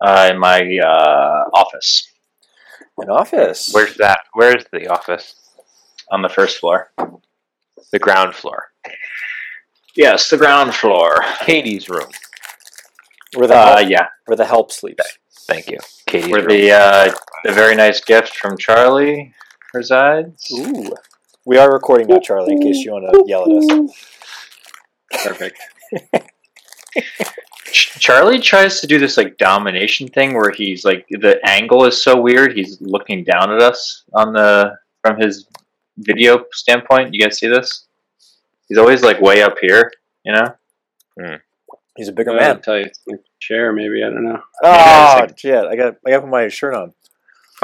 uh, in my uh, office. An office. Where's that? Where is the office? on the first floor. The ground floor. Yes, the ground floor. Katie's room. where the Uh, help, yeah, where the help sleeps? Thank you. Katie's where room. the uh, the very nice gift from Charlie resides. Ooh. We are recording now, Charlie. In case you want to yell at us. Perfect. Ch- Charlie tries to do this like domination thing where he's like the angle is so weird. He's looking down at us on the from his video standpoint. You guys see this? He's always like way up here. You know, He's a bigger I'll man. tell you, it's the chair maybe. I don't know. Oh shit! I got I got to put my shirt on.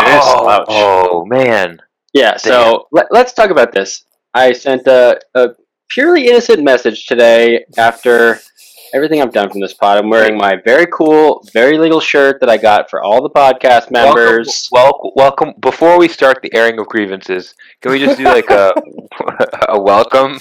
It is oh, slouch. oh, man. Yeah, so let, us talk about this. I sent a, a purely innocent message today after everything I've done from this pod. I'm wearing my very cool, very legal shirt that I got for all the podcast members. Welcome, welcome, welcome. Before we start the airing of grievances, can we just do like a a welcome?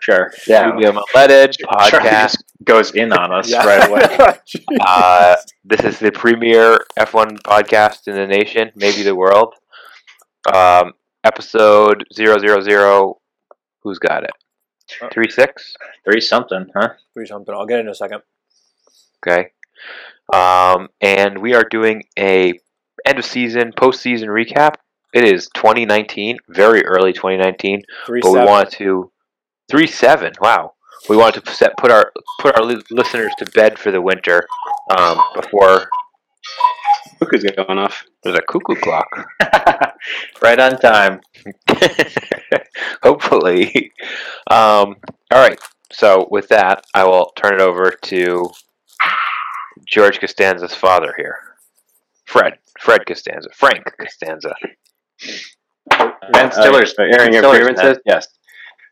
sure. Yeah. We have Unleaded Charlie podcast. just goes in on us Yeah. right away. Uh, this is the premier F1 podcast in the nation, maybe the world. Um, episode 000. Who's got it? Three six. Three something, huh? Three something. I'll get it in a second. Okay. Um, and we are doing a end of season, postseason recap. It is 2019, very early 2019, Three but we seven. wanted to three seven. Wow, we wanted to set, put our put our li- listeners to bed for the winter um, before Cuckoo's going off. there's a cuckoo clock. right on time. Hopefully. Um, all right. So with that, I will turn it over to George Costanza's father here, Fred. Fred Costanza. Frank Costanza. Uh, Ben Stiller's airing airing of grievances. grievances. Yes.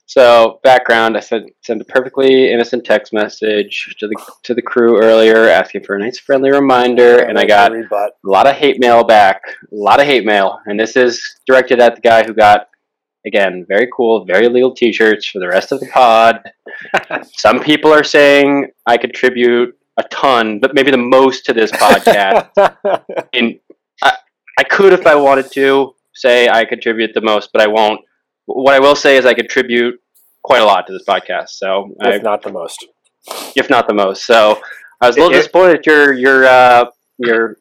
So background, I sent sent a perfectly innocent text message to the to the crew earlier, asking for a nice friendly reminder, and I got Read bot. a lot of hate mail back, a lot of hate mail, and this is directed at the guy who got again very cool, very legal T-shirts for the rest of the pod. Some people are saying I contribute a ton, but maybe the most to this podcast. and I, I could if I wanted to say I contribute the most, but I won't. What I will say is I contribute quite a lot to this podcast. So, I, if not the most. if not the most, so I was a It- little it- disappointed. at Your your uh, your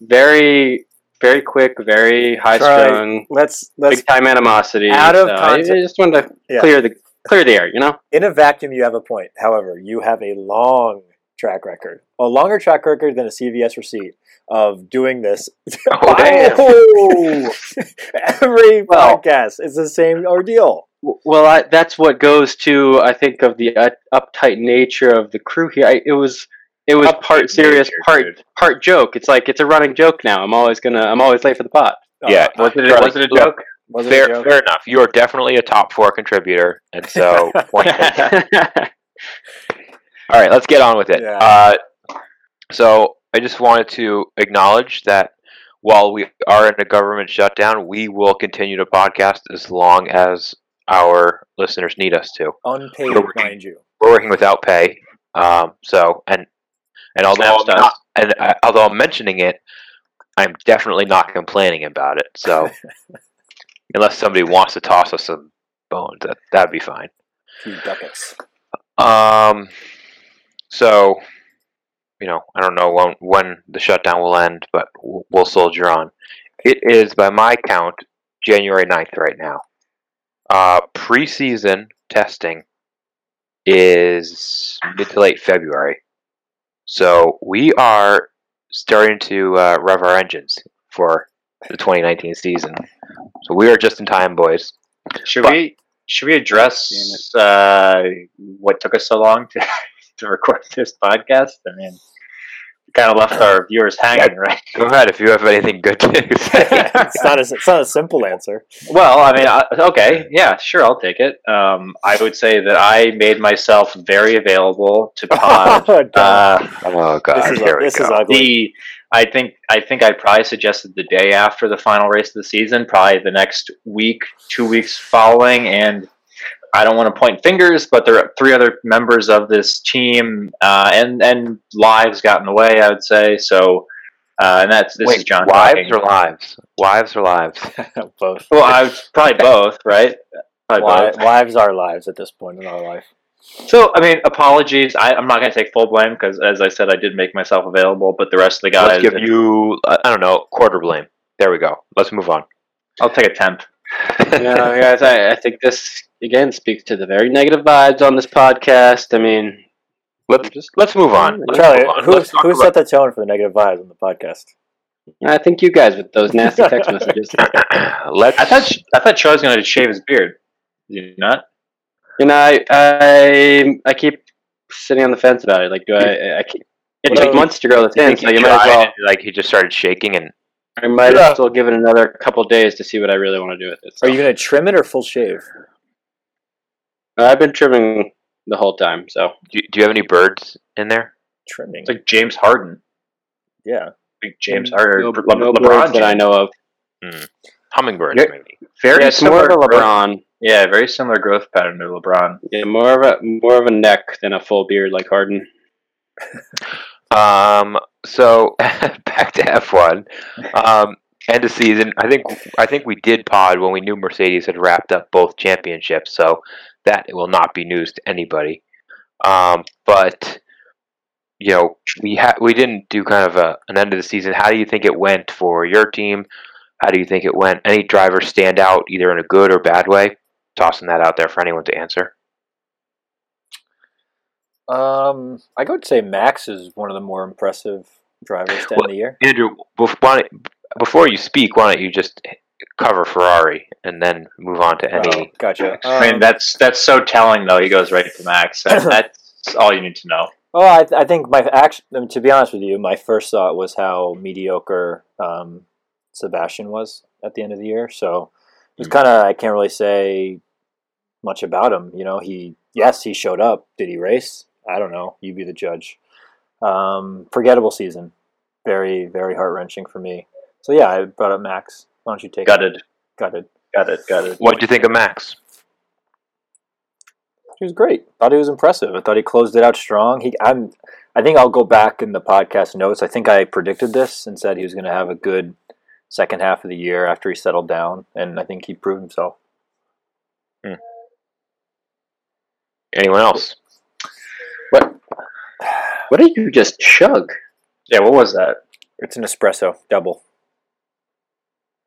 very very quick, very high strung, Let's let's big time animosity. Out of so I- context- I just wanted to Yeah. clear the clear the air. You know, in a vacuum, you have a point. However, you have a long track record, a longer track record than a CVS receipt of doing this. Oh, damn. Every Well- podcast, it's the same ordeal. W- Well, I, that's what goes to I think of the uh, uptight nature of the crew here. I, it was it was part serious, nature, part dude. part joke. It's like it's a running joke now. I'm always gonna I'm always late for the pot. Yeah. Was it, Charlie, was it a look, joke? Was it Uh, a Fair, joke? fair enough. You are definitely a top four contributor, and so. point taken. All right, let's get on with it. Yeah. Uh, so I just wanted to acknowledge that while we are in a government shutdown, we will continue to podcast as long as our listeners need us to. Unpaid, Correct. mind you. We're working without pay, um, so and and although I'm Snaps not, and I, although I'm mentioning it, I'm definitely not complaining about it. So unless somebody wants to toss us some bones, that that'd be fine. Few ducats. Um, so, you know, I don't know when, when the shutdown will end, but w- we'll soldier on. It is, by my count, January 9th right now. Uh, preseason testing is mid to late February. So we are starting to uh, rev our engines for the 2019 season. So we are just in time, boys. Should But- we should we address uh, what took us so long to, to record this podcast? I mean, we kind of left our viewers hanging, right? Go ahead if you have anything good to say. it's, not a, it's not a simple answer. Well, I mean, I, okay, yeah, sure, I'll take it. Um, I would say that I made myself very available to pod. Oh, God. uh, Oh god, this is, here we this go. is ugly. the I think I think I probably suggested the day after the final race of the season, probably the next week, two weeks following, and I don't want to point fingers, but there are three other members of this team, uh, and and lives got in the way. I would say so, uh, and that's this is Wait, John. wives talking. or lives? Wives or lives? Both. well, I would, probably both, right? Probably Li- both. lives are lives at this point in our life. So I mean, apologies. I, I'm not going to take full blame because, as I said, I did make myself available, but the rest of the guys, Let's give you, uh, I don't know, quarter blame. There we go. Let's move on. I'll take a tenth. no, guys, I, I think this again speaks to the very negative vibes on this podcast. I mean, Let's just, let's move on. Let's Charlie, move on. who, Let's talk who about- set the tone for the negative vibes on the podcast? I think you guys with those nasty text messages. let's I thought I thought Charlie's going to shave his beard. Did you not? You know, I, I I keep sitting on the fence about it. Like, do I? I keep, it Well, took months to grow this in, think so he you might as tried well. and, like he just started shaking and I might Yeah. as well give it another couple days to see what I really want to do with it. so. Are you going to trim it or full shave? I've been trimming the whole time, so do, do you have any birds in there? Trimming. It's like James Harden. yeah. Like James Harden. Mm, no, or Le- no LeBron birds that James. I know of. Hummingbirds Yeah. maybe. Very Yeah, it's more similar of a growth- LeBron. Yeah, very similar growth pattern to LeBron. Yeah, more of a more of a neck than a full beard like Harden. Um so back to F one. Um end of season. I think I think we did pod when we knew Mercedes had wrapped up both championships, so that will not be news to anybody. Um but you know, we ha- we didn't do kind of a, an end of the season. How do you think it went for your team? How do you think it went? Any drivers stand out either in a good or bad way? Tossing that out there for anyone to answer. Um, I would say Max is one of the more impressive drivers to end Well- the year. Andrew, bef- why don't- before you speak, why don't you just cover Ferrari and then move on to Oh, any? gotcha. I mean, Um, that's that's so telling though. He goes right to Max. That, that's all you need to know. Well, I, I think my action. I mean, to be honest with you, my first thought was how mediocre um, Sebastian was at the end of the year. So it Hmm. was kind of I can't really say much about him. You know, he yes he showed up. Did he race? I don't know. You be the judge. Um, forgettable season. Very very heart wrenching for me. So yeah, I brought up Max. Why don't you take it? Gutted, Gutted. gutted, gutted. What do you think of Max? He was great. Thought he was impressive. I thought he closed it out strong. He, I'm, I think I'll go back in the podcast notes. I think I predicted this and said he was going to have a good second half of the year after he settled down, and I think he proved himself. Anyone else? What did you just chug? Yeah, what was that? It's an espresso double.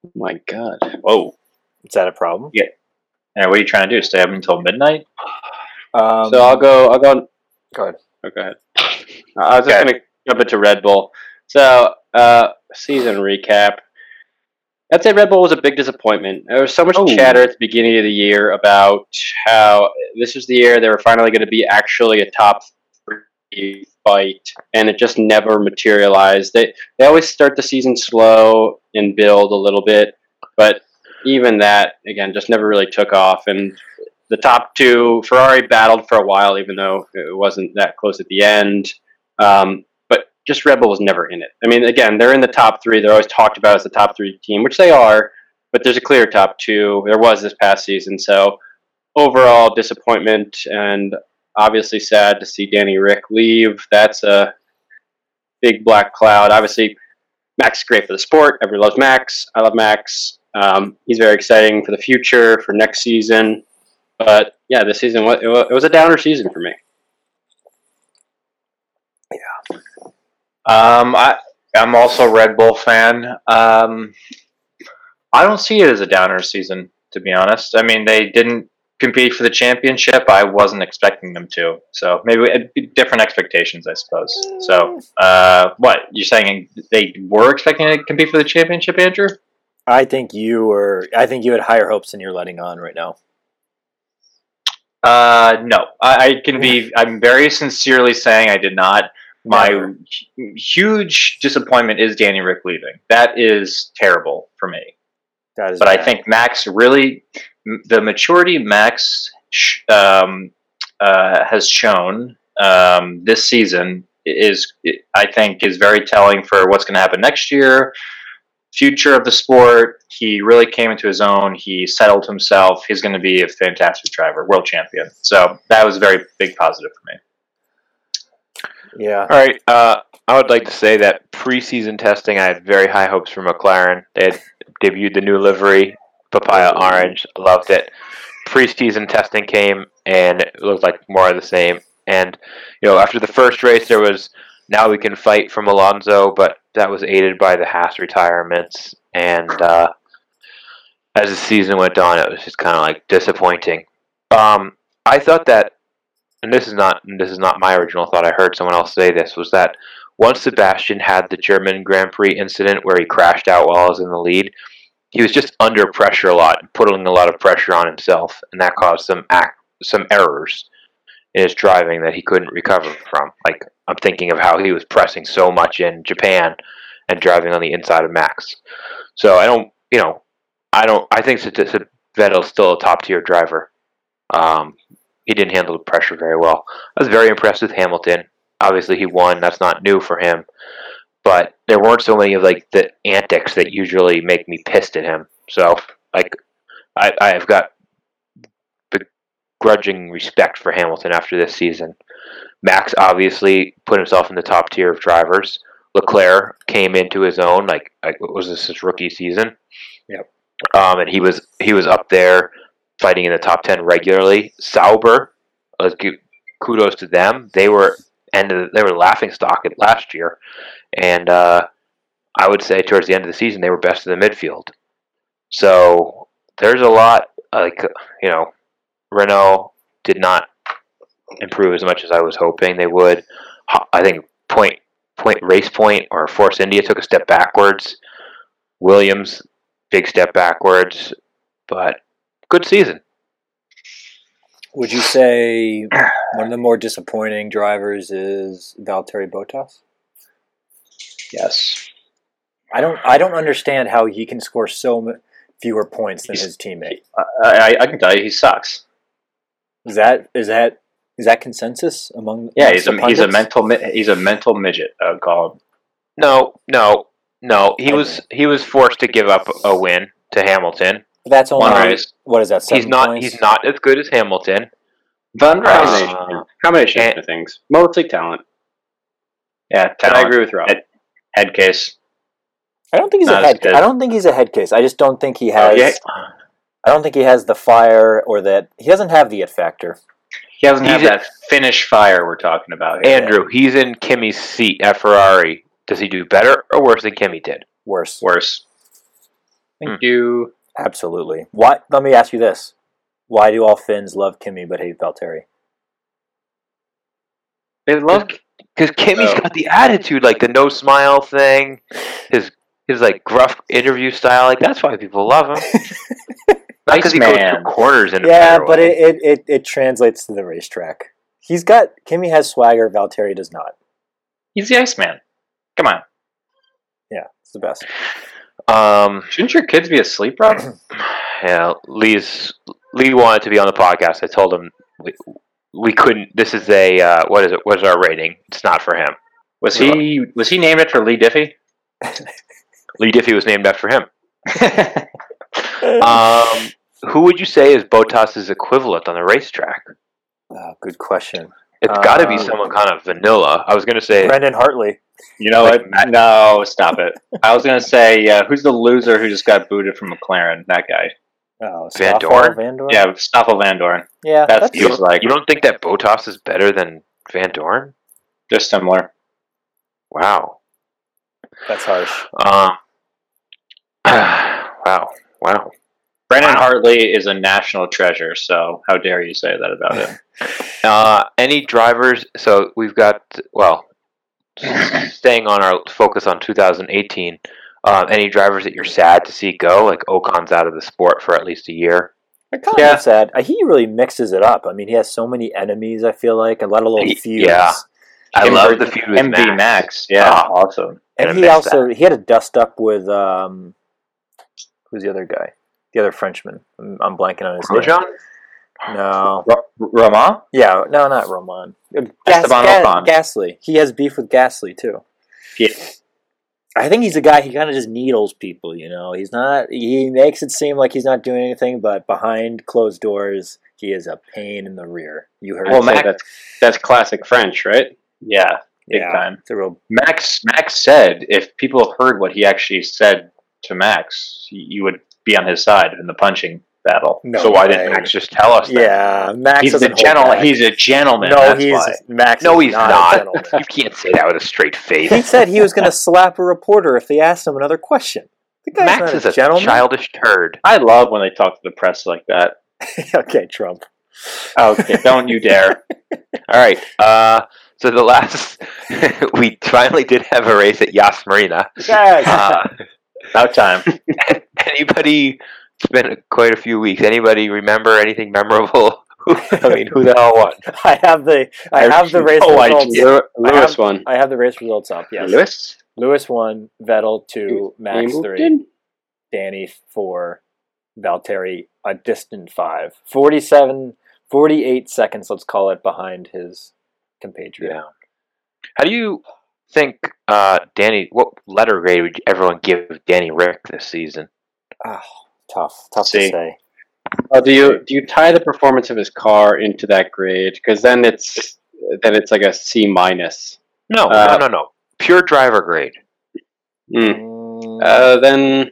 Oh my God, Whoa. Is that a problem? Yeah, what are you trying to do? Stay up until midnight? Um, so I'll go. I'll go. go ahead. Oh, go ahead. I was just Okay. going to jump into Red Bull. So, uh, season recap. I'd say Red Bull was a big disappointment. There was so much Oh. chatter at the beginning of the year about how this was the year they were finally going to be actually a top three fight, and it just never materialized. They they always start the season slow and build a little bit, but even that again just never really took off. And the top two, Ferrari battled for a while, even though it wasn't that close at the end. Um, but just Red Bull was never in it. I mean, again, they're in the top three. They're always talked about as the top three team, which they are. But there's a clear top two. There was this past season. So overall disappointment, and obviously sad to see Danny Rick leave. That's a big black cloud. Obviously, Max is great for the sport. Everyone loves Max. I love Max. Um, he's very exciting for the future, for next season. But yeah, this season wa- it wa- it was a downer season for me. Um, I, I'm also a Red Bull fan. Um, I don't see it as a downer season, to be honest. I mean, they didn't compete for the championship. I wasn't expecting them to. So maybe it'd be different expectations, I suppose. So, uh, what? You're saying they were expecting to compete for the championship, Andrew? I think you were. I think you had higher hopes than you're letting on right now. Uh, no, I, I can be. I'm very sincerely saying I did not. My Never. hu- huge disappointment is Danny Rick leaving. That is terrible for me. That is But I bad. think Max really, m- the maturity Max sh- um, uh, has shown um, this season is, I think, is very telling for what's going to happen next year. future of the sport. He really came into his own. He settled himself. He's going to be a fantastic driver, world champion. So that was a very big positive for me. Yeah. All right. Uh, I would like to say that preseason testing, I had very high hopes for McLaren. They had debuted the new livery, papaya orange. I loved it. Preseason testing came, and it looked like more of the same. And you know, after the first race, there was now we can fight from Alonso, but that was aided by the Haas retirements. And uh, as the season went on, it was just kind of like disappointing. Um, I thought that, and this is not this is not my original thought. I heard someone else say this was that once Sebastian had the German Grand Prix incident where he crashed out while I was in the lead, he was just under pressure a lot, putting a lot of pressure on himself, and that caused some act, some errors in his driving that he couldn't recover from. Like I'm thinking of how he was pressing so much in Japan and driving on the inside of Max. So I don't, you know, I don't. I think that that Vettel's still a top tier driver. Um, he didn't handle the pressure very well. I was very impressed with Hamilton. Obviously, he won. That's not new for him. But there weren't so many of like the antics that usually make me pissed at him. So like, I I've got begrudging respect for Hamilton after this season. Max obviously put himself in the top tier of drivers. Leclerc came into his own. Like, like what was this his rookie season? Yep. Um, and he was he was up there fighting in the top ten regularly. Sauber, let's give kudos to them. They were end of, they were laughing stock at last year, and uh, I would say towards the end of the season they were best in the midfield. So there's a lot like you know Renault did not improve as much as I was hoping they would. Ho- I think point point race point or Force India took a step backwards. Williams big step backwards, but good season. Would you say one of the more disappointing drivers is Valtteri Bottas? Yes. I don't. I don't understand how he can score so m- fewer points than his teammate. I, I, I can tell you he sucks. Is that is that is that consensus among? Yeah, amongst he's a, the he's a pundits? mental mi- he's a mental midget. uh, I would call him. No, no, no. He was he was forced to give up a win to Hamilton. But That's only One race. what is that? Seven He's not points? he's not as good as Hamilton. But combination, Uh, combination and- of things, mostly talent. Yeah, But I talent, agree with Rob. It- head case. I don't think he's not a as head. good. Oh, I don't think he's a head case. I just don't think he has. yeah. I don't think he has the fire or that he doesn't have the it factor. He doesn't have He's a- that finish fire we're talking about here. Andrew, he's in Kimmy's seat at Ferrari. Does he do better or worse than Kimmy did? Worse, Worse. Hmm. Thank you. absolutely. Why? Let me ask you this: Why do all Finns love Kimmy but hate Valtteri? They love because Kimmy's Oh. got the attitude, like the no smile thing, his his like gruff interview style. Like that's why people love him. Not because he goes Man. through corners in a Yeah, fair but way. it, it, it, it translates to the racetrack. He's got Kimmy has swagger. Valtteri does not. He's the Iceman. Come on. Yeah, it's the best. um, Shouldn't your kids be asleep, Rob? yeah, Lee's Lee wanted to be on the podcast. I told him we, we couldn't. This is a uh, what is it? What is our rating? It's not for him. Was he was he named after Lee Diffie? Lee Diffie was named after him. Um, who would you say is Botas's equivalent on the racetrack? Oh, good question. It's got to be Uh, someone kind of vanilla. I was going to say Brendan Hartley. You know Like what? No, stop it. I was gonna say, uh, who's the loser who just got booted from McLaren? That guy. Oh, Van Stoffel, Dorn? Van Dorn. Yeah, Stoffel Van Dorn. yeah. That's, That's, he's like You don't think that Botas is better than Van Dorn? they're similar. Wow. that's harsh. Um, wow. Wow. Brennan Hartley is a national treasure, so how dare you say that about him? Uh, any drivers? So we've got well, staying on our focus on 2018. Um, any drivers that you're sad to see go? Like Ocon's out of the sport for at least a year. I kind Yeah. of sad. Uh, He really mixes it up. I mean, he has so many enemies. I feel like a lot of little Y- feuds. yeah. I Him love ver- the feud with MV Max. Ah. Yeah, awesome. And I and he missed also he had a dust up with um, who's the other guy? The other Frenchman. I'm, I'm blanking on his Grosjean? name. No. R- Rama? Yeah. No, not Roman. Gas, Esteban Ga- Ocon. Gasly. He has beef with Gasly too. Yeah. I think he's a guy. He kind of just needles people. You know, he's not. He makes it seem like he's not doing anything, but behind closed doors, he is a pain in the rear. You heard. Well, it. Mac- Mac, that's that's classic French, right? Yeah, big yeah, time. it's a real. Max Max said if people heard what he actually said to Max, y- you would be on his side in the punching battle. No so why way. didn't Max just tell us? That? Yeah, Max he's a doesn't hold gentle. back. He's a gentleman. no, that's he's why. Max. No, is he's a not. gentleman. You can't say that with a straight face. he said he was going to slap a reporter if they asked him another question. The guy's Max not is a gentleman. childish turd. I love when they talk to the press like that. okay, Trump. Okay, don't you dare. All right. Uh, so the last, we finally did have a race at Yas Marina. Yes. Uh, About time. anybody? It's been quite a few weeks. Anybody remember anything memorable? I mean, who the hell won? I have the Oh, I have the race no results. idea. Lew- Lewis have- won. I have the race results up. Yes, Lewis, Lewis? one, Vettel two, Max three, Hamilton? Danny four, Valtteri a distant five. 47, 48 seconds. Let's call it behind his compatriot. Yeah. How do you think uh, Danny? What letter grade would everyone give Danny Rick this season? Tough, tough to See. say. Uh, do you do you tie the performance of his car into that grade? Because then it's then it's like a C minus. No, Uh, no, no, no. Pure driver grade. Mm. Mm, Uh, then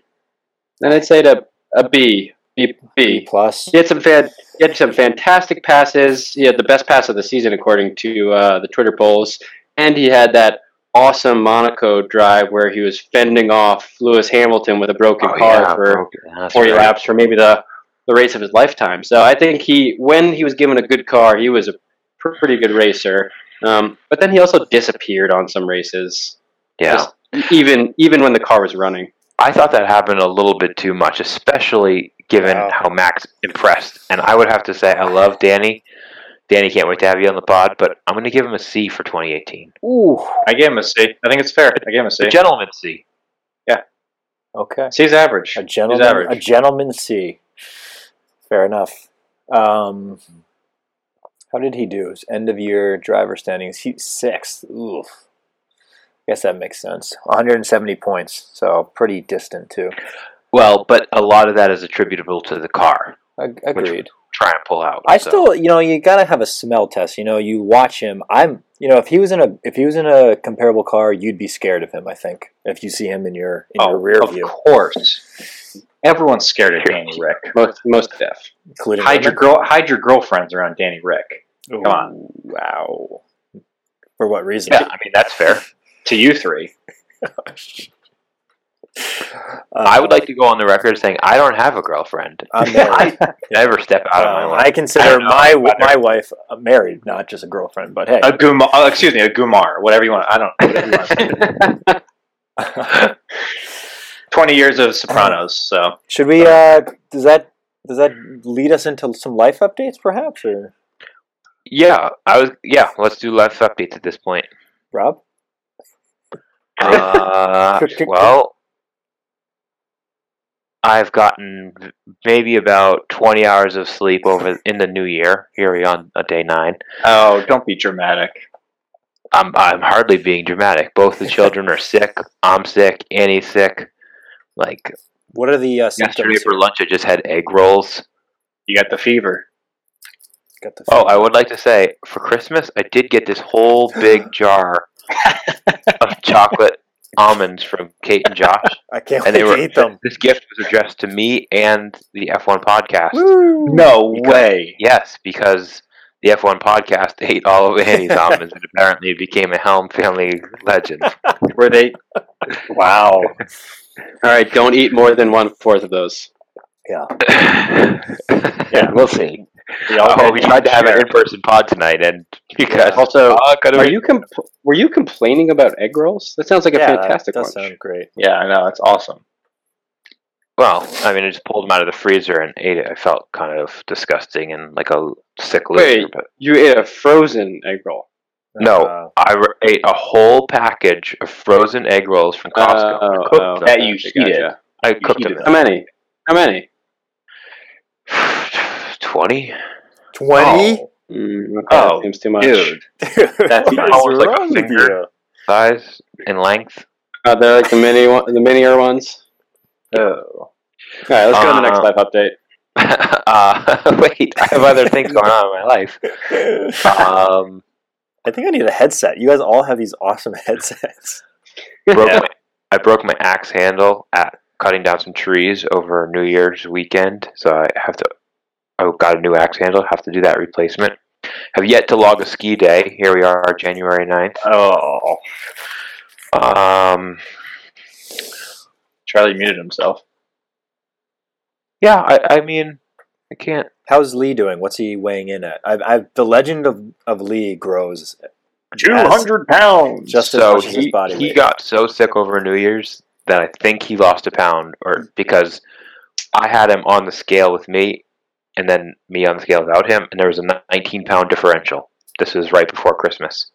then I'd say to a B, B, B B. plus. He had some fan, he had some fantastic passes. He had the best pass of the season according to uh, the Twitter polls, and he had that awesome Monaco drive where he was fending off Lewis Hamilton with a broken car for Oh, that's 40 right. laps for maybe the the race of his lifetime. So I think he, when he was given a good car, he was a pr- pretty good racer. Um, but then he also disappeared on some races, Yeah, Just- even even when the car was running. I thought that happened a little bit too much, especially given Wow. how Max impressed. And I would have to say, I love Danny. Danny, can't wait to have you on the pod, but I'm going to give him a C for 2018. Ooh. I gave him a C. I think it's fair. I gave him a C. A gentleman C. Okay. C's average. A He's gentleman, a average. gentleman C. Fair enough. Um, how did he do? His end of year driver standings. He's sixth. Oof. Guess that makes sense. 170 points, so pretty distant too. Well, but a lot of that is attributable to the car. Ag- Agreed. Try and pull out. I so. still, you know, you gotta have a smell test. You know, you watch him. I'm, you know, if he was in a if he was in a comparable car, you'd be scared of him. I think if you see him in your Oh, in your rear Oh, of view, course. Everyone's scared of Danny Rick. Most most deaf. including Hide your girl. Hide your girlfriends around Danny Rick. Come on. Wow. For what reason? Yeah, I mean, that's fair. To you three. Uh, I would like to go on the record saying I don't have a girlfriend. I'm married. I never step out of my Um, life. I I consider don't know my about my wife uh, married, not just a girlfriend. But hey, A Gumar. Oh, excuse me. A Gumar. Whatever you want. I don't. Whatever you want. Twenty years of Sopranos. So should we? Uh, does that does that lead us into some life updates, perhaps? Or Yeah, I was. Yeah, let's do life updates at this point. Rob? Uh, Tick, tick, tick. well, I've gotten maybe about twenty hours of sleep over in the new year. Here we on uh, day nine. oh, don't be dramatic. I'm I'm hardly being dramatic. Both the children are sick. I'm sick. Annie's sick. Like What are the uh, yesterday symptoms? for lunch, I just had egg rolls. You got the fever. Got the Oh, I would like to say for Christmas, I did get this whole big jar of chocolate almonds from Kate and Josh. I can't and wait they were- to eat them. This gift was addressed to me and the F1 podcast. No You got- way. Yes, because the F1 podcast ate all of Annie's almonds and apparently became a Helm family legend. Were they? Wow. All right, don't eat more than one fourth of those. yeah, we'll see. We all Oh, had we tried to have an share. in-person pod tonight, and because Also, Oh, could are we- you comp- were you complaining about egg rolls? That sounds like a yeah, that fantastic does one. sound great. Yeah, I know. That's awesome. well, I mean, I just pulled them out of the freezer and ate it. I felt kind of disgusting and like a sick loser, Wait. but You ate a frozen egg roll. No. Uh, I re- ate a whole package of frozen egg rolls from Costco. Oh, I cooked oh, them. That Uh, you gotcha, heated. gotcha. I cooked heated them. How many? How many? Twenty. 20? Oh, Mm, okay, Oh, that seems too much. dude. Dude, That's what nice. is Almost like a wrong with finger. you? size and length. Uh, they're like the mini one, the minier ones. Oh. All right, let's go to the next Uh, life update. uh, wait, I have other things going on in my life. Um, I think I need a headset. You guys all have these awesome headsets. broke Yeah. my, I broke my axe handle at cutting down some trees over New Year's weekend, so I have to. I got a new axe handle. Have to do that replacement. Have yet to log a ski day. Here we are, January 9th. Oh. Um, Charlie muted himself. yeah, I, I mean, I can't. How's Lee doing? What's he weighing in at? I've, I've the legend of, of Lee grows pounds. Just as so much as his he, body he weight. got so sick over New Year's that I think he lost a pound, Hmm. or because I had him on the scale with me, and then me on the scale without him, and there was a 19 pound differential. This was right before Christmas.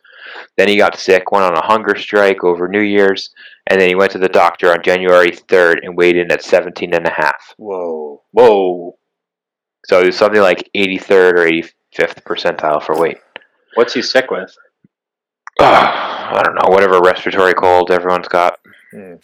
Then he got sick, went on a hunger strike over New Year's, and then he went to the doctor on January 3rd and weighed in at 17 and a half. Whoa. Whoa. So he was something like 83rd or 85th percentile for weight. What's he sick with? I don't know, whatever respiratory cold everyone's got. Hmm.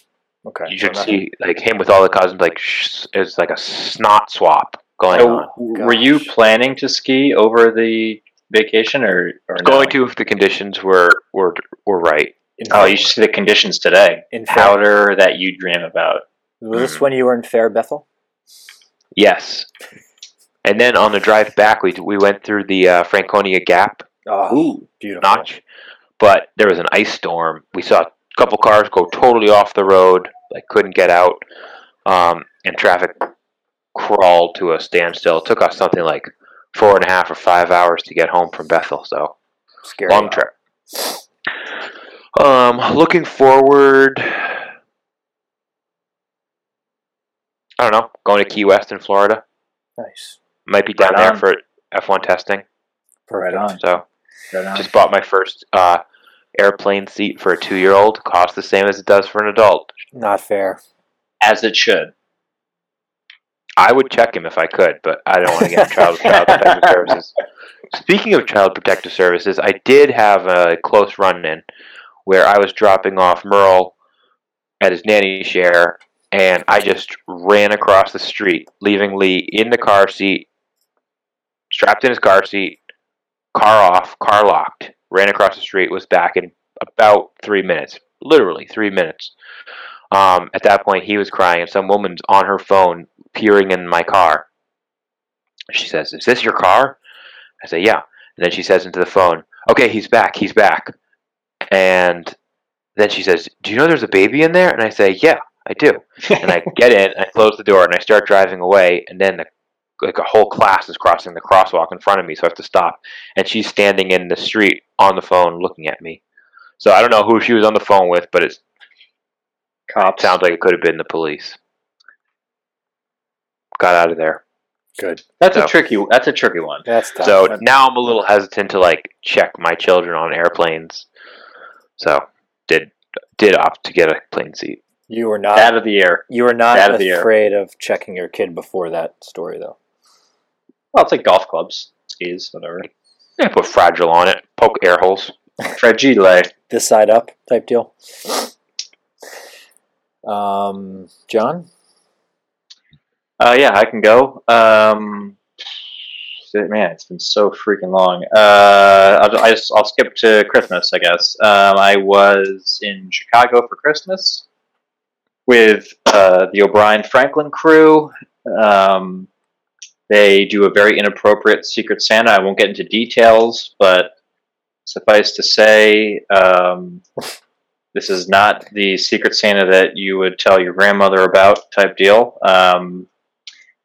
Okay. you so should not- see like him with all the cousins like sh- it's like a snot swap going So, on were you gosh. planning to ski over the vacation or, or no? going to if the conditions were were were right In Oh, fact- you should see the conditions today. in fact, Powder that you dream about. was this when you were in Fair Bethel? yes and then on the drive back we, we went through the uh, franconia gap Oh, Ooh. beautiful. notch but there was an ice storm we saw a couple cars go totally off the road like couldn't get out um, and traffic crawled to a standstill it took us something like four and a half or five hours to get home from bethel so Scary. long trip. Um, looking forward. I don't know. Going to Key West in Florida. Nice. Might be down Right there on. for F1 testing. Perfect. So Right on. just bought my first uh, airplane seat for a two-year-old. Costs the same as it does for an adult. Not fair. As it should. I would check him if I could, but I don't want to get in trouble with Child Protective Services. Speaking of Child Protective Services, I did have a close run in where I was dropping off Merle at his nanny share, and I just ran across the street, leaving Lee in the car seat, strapped in his car seat, car off, car locked, ran across the street, was back in about three minutes, literally three minutes. Um, at that point, he was crying, and some woman's on her phone peering in my car. She says, Is this your car? I say, Yeah. And then she says into the phone, Okay, he's back, he's back. And then she says, Do you know there's a baby in there? And I say, Yeah, I do. And I get in, I close the door, and I start driving away, and then the like a whole class is crossing the crosswalk in front of me, so I have to stop. And she's standing in the street on the phone looking at me. So I don't know who she was on the phone with, but it Cops. sounds like it could have been the police. Got out of there. Good. That's No. a tricky. That's a tricky one. That's tough. So now I'm a little hesitant to like check my children on airplanes. So did did opt to get a plane seat. you were not Out of the air. you were not out of the air. afraid of checking your kid before that story though. Well, it's like golf clubs, skis, whatever. Yeah, put fragile on it, poke air holes. Fragile. This side up type deal. Um, John, Uh, yeah, I can go. Um, shit, man, it's been so freaking long. Uh, I'll, I just, I'll skip to Christmas, I guess. Um, I was in Chicago for Christmas with uh, the O'Brien Franklin crew. Um, they do a very inappropriate Secret Santa. I won't get into details, but suffice to say, um, this is not the Secret Santa that you would tell your grandmother about type deal. Um,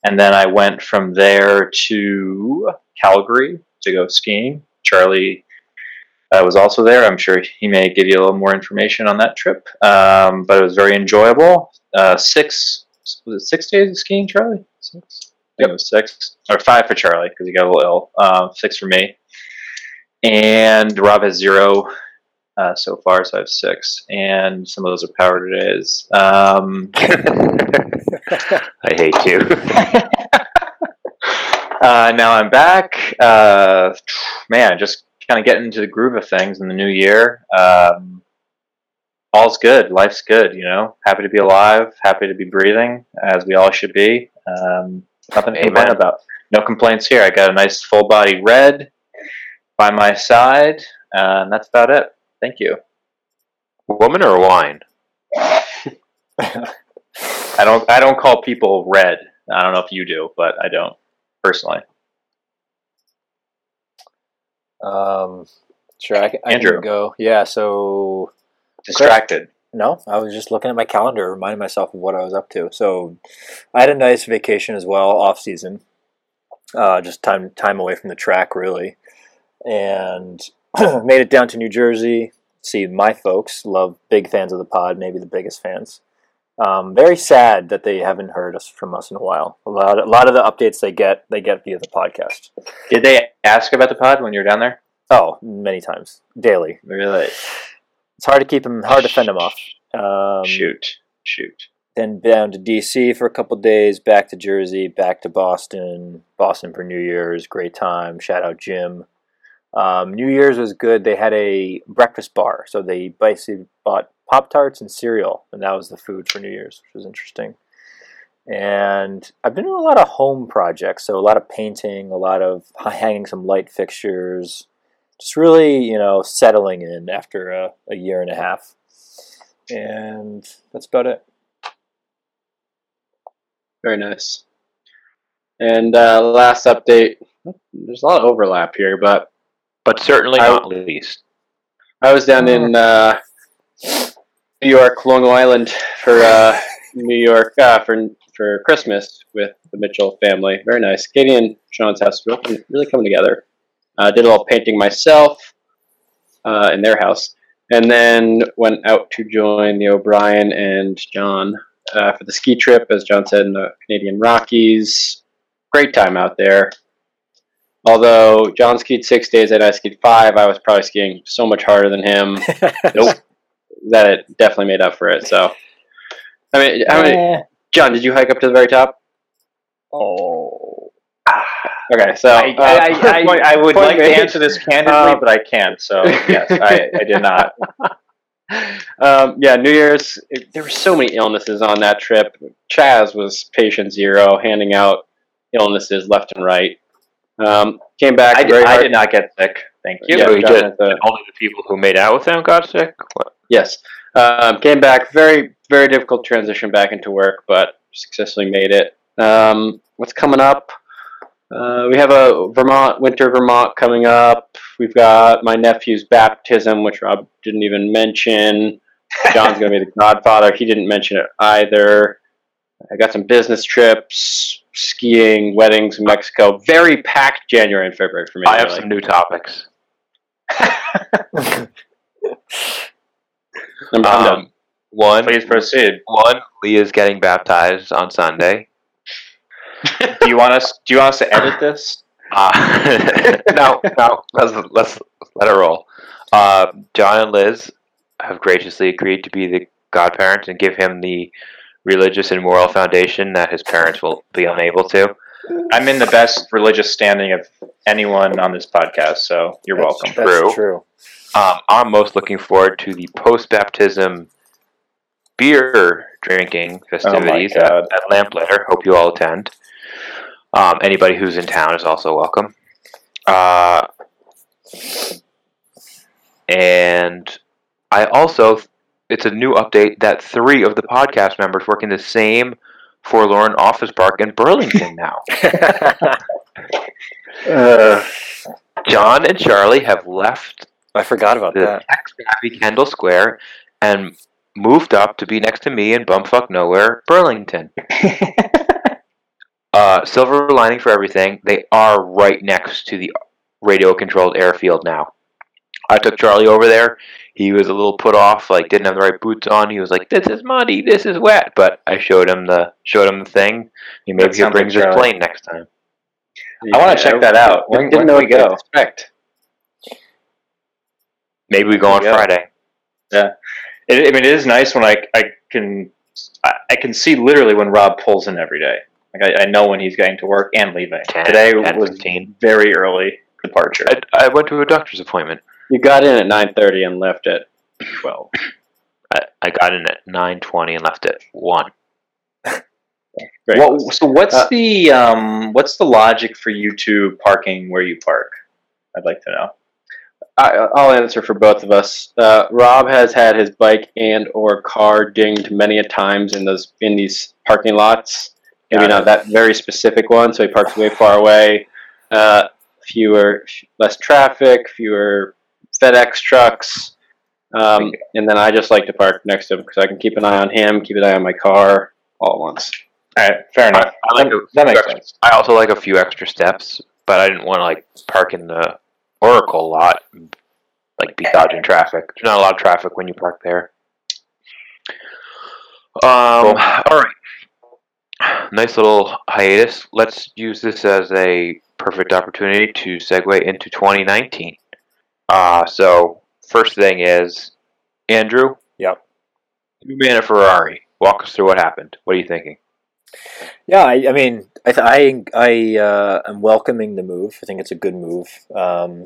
and then I went from there to Calgary to go skiing. Charlie uh, was also there. I'm sure he may give you a little more information on that trip. Um, but it was very enjoyable. Uh, six was it six days of skiing, Charlie? Six. I think it was six or five for Charlie because he got a little ill. Um, six for me. And Rob has zero uh, so far, so I have six. And some of those are power days. Um, I hate you. uh, now I'm back. Uh, man, just kind of getting into the groove of things in the new year. Um, all's good. Life's good. You know, happy to be alive, happy to be breathing, as we all should be. Um, nothing to complain Amen. about. No complaints here. I got a nice full body red by my side, and that's about it. Thank you. Woman or wine? I don't. I don't call people red. I don't know if you do, but I don't personally. Um, sure, I, can- I Andrew. can go. Yeah, so Distracted. No, I was just looking at my calendar, reminding myself of what I was up to. So, I had a nice vacation as well, off season, uh, just time time away from the track, really, and made it down to New Jersey. See my folks, love big fans of the pod, maybe the biggest fans. Um, very sad that they haven't heard us from us in a while. A lot, a lot of the updates they get, they get via the podcast. Did they ask about the pod when you were down there? Oh, many times, daily. Really? It's hard to keep them, hard to fend them off. Um, shoot, shoot. then down to DC for a couple days, back to Jersey, back to Boston, Boston for New Year's, great time. Shout out Jim. Um, New Year's was good. They had a breakfast bar, so they basically bought Pop Tarts and cereal, and that was the food for New Year's, which was interesting. And I've been doing a lot of home projects, so a lot of painting, a lot of hanging some light fixtures, just really, you know, settling in after a, a year and a half. And that's about it. Very nice. And uh, last update. There's a lot of overlap here, but But certainly I- not least. I was down in uh, New York, Long Island for uh, New York uh, for for Christmas with the Mitchell family. Very nice. Katie and Sean's house really, come- really coming together. uh, did a little painting myself uh, in their house, and then went out to join the O'Brien and John uh, for the ski trip, as John said, in the Canadian Rockies. Great time out there. Although John skied six days and I skied five, I was probably skiing so much harder than him Nope. that it definitely made up for it. So, I mean, how many, Eh. John, did you hike up to the very top? Oh. Okay, so I, I, uh, I, point- I Um, would point like made. to answer this candidly, Uh, but I can't. So yes, I, I did not. um, yeah, New Year's. It, there were so many illnesses on that trip. Chaz was patient zero, handing out illnesses left and right. Um, came back I, very did, I hard. did not get sick. Thank you. Yeah, So he John did. has a- Only the people who made out with him got sick? What? Yes, um, came back very very difficult transition back into work, but successfully made it. Um, what's coming up? Uh, we have a Vermont winter Vermont coming up. We've got my nephew's baptism, which Rob didn't even mention. John's gonna be the godfather. He didn't mention it either. I got some business trips, skiing, weddings, in Mexico. Very packed January and February for me. I have really. some new topics. I'm- I'm done. Um, one, Please proceed. one, Lee is getting baptized on Sunday. Do you want us? Do you want us to edit this? Uh, no, no, let's, let's let it roll. Uh, John and Liz have graciously agreed to be the godparents and give him the religious and moral foundation that his parents will be unable to. I'm in the best religious standing of anyone on this podcast, so you're welcome. That's True. true. Um, I'm most looking forward to the post baptism beer drinking festivities at, God. at Lamplighter. Hope you all attend. Um, anybody who's in town is also welcome. Uh, and I also, it's a new update that three of the podcast members work in the same forlorn office park in Burlington now. John and Charlie have left Uh, I forgot about the that. tech savvy Kendall Square and moved up to be next to me in bumfuck nowhere, Burlington. uh, silver lining for everything, they are right next to the radio controlled airfield now. I took Charlie over there. He was a little put off, like didn't have the right boots on. He was like, "This is muddy, this is wet." But I showed him the showed him the thing. He maybe That he sounds like brings his Charlie. plane next time. I want to check that out. When, Didn't when know do we what to go? Expect. Maybe we go on Yeah. Friday. It, I mean, it is nice when I, I can I, I can see literally when Rob pulls in every day. Like I, I know when he's getting to work and leaving. 10, Today 10, was 15. very early departure. I, I went to a doctor's appointment. You got in at nine thirty and left at twelve. I, I got in at nine twenty and left at one. Very What, close. so what's Uh, the um, what's the logic for you two parking where you park? I'd like to know. I, I'll answer for both of us. Uh, Rob has had his bike and or car dinged many a times in those in these parking lots. Maybe Got not that very specific one, so he parks way far away. Uh, fewer, less traffic, fewer FedEx trucks, um, and then I just like to park next to him because I can keep an eye on him, keep an eye on my car, all at once. All right, fair I, enough. I like a That makes few extra- sense. I also like a few extra steps, but I didn't want to like park in the Oracle lot, and, like be dodging traffic. There's not a lot of traffic when you park there. Um. All right. Nice little hiatus. Let's use this as a perfect opportunity to segue into 2019. Uh, so first thing is, Andrew. Yep. You man a Ferrari. Walk us through what happened. What are you thinking? Yeah, I, I mean, I th- I I uh, am welcoming the move. I think it's a good move. Um,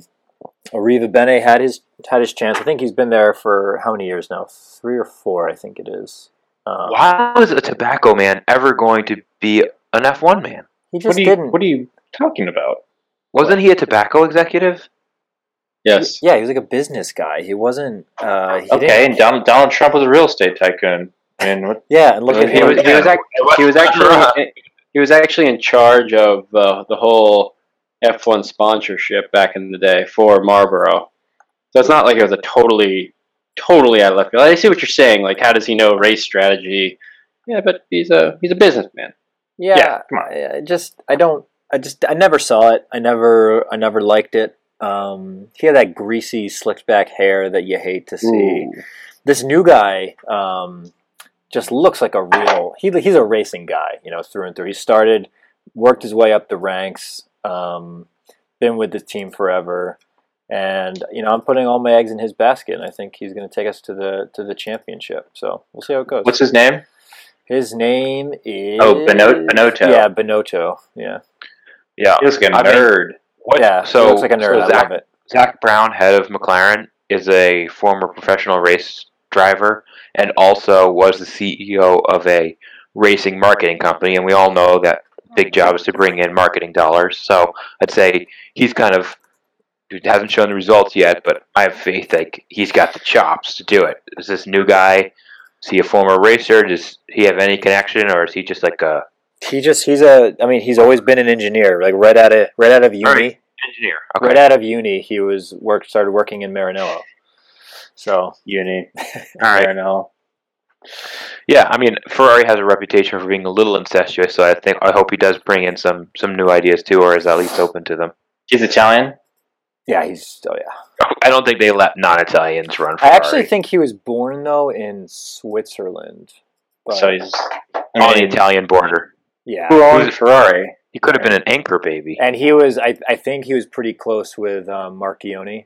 Ariva Bene had his had his chance. I think he's been there for how many years now? Three or four, I think it is. Um, Why was a tobacco man ever going to be an F1 man? He just What are, you, didn't. what are you talking about? Wasn't he a tobacco executive? Yes, yeah, he was like a business guy. He wasn't. Uh, he Okay, didn't- and Donald, Donald Trump was a real estate tycoon. I mean, what, Yeah, and look at he him. was, he was, act- he was actually he was actually in charge of uh, the whole F1 sponsorship back in the day for Marlboro. So it's not like it was a totally totally out of left field. I see what you're saying. Like, how does he know race strategy? Yeah, but he's a he's a businessman. yeah, yeah, come on. I, I just I don't I just I never saw it. I never I never liked it. Um, he had that greasy slicked back hair that you hate to see. This new guy um, just looks like a real he, he's a racing guy, you know, through and through. He started worked his way up the ranks, um, been with the team forever. And you know, I'm putting all my eggs in his basket, and I think he's going to take us to the to the championship. So we'll see how it goes. what's his name? His name is Oh, Beno- Benotto. Yeah, Benotto. Yeah, Yeah. Uh, He looks like a I mean- nerd. What? yeah. So, he looks like a nerd. so I love Zach, it. Zach Brown, head of McLaren, is a former professional race driver and also was the CEO of a racing marketing company. And we all know that big job is to bring in marketing dollars. So I'd say he's kind of who hasn't shown the results yet, but I have faith like he's got the chops to do it. Is this new guy? Is he a former racer? Does he have any connection, or is he just like a He just he's a. I mean, he's always been an engineer. Like right out of right out of uni, Alright. engineer? Okay. right out of uni, he was worked started working in Maranello. So Uni. All right. Yeah, I mean Ferrari has a reputation for being a little incestuous, so I think I hope he does bring in some some new ideas too, or is at least open to them. He's Italian. yeah, he's oh yeah. I don't think they let non-Italians run. I Ferrari. actually think he was born though in Switzerland. But, So he's on I the mean, Italian border. yeah, Who owned Who's- Ferrari? He could have been an anchor baby. and he was I I think he was pretty close with um, Marchione.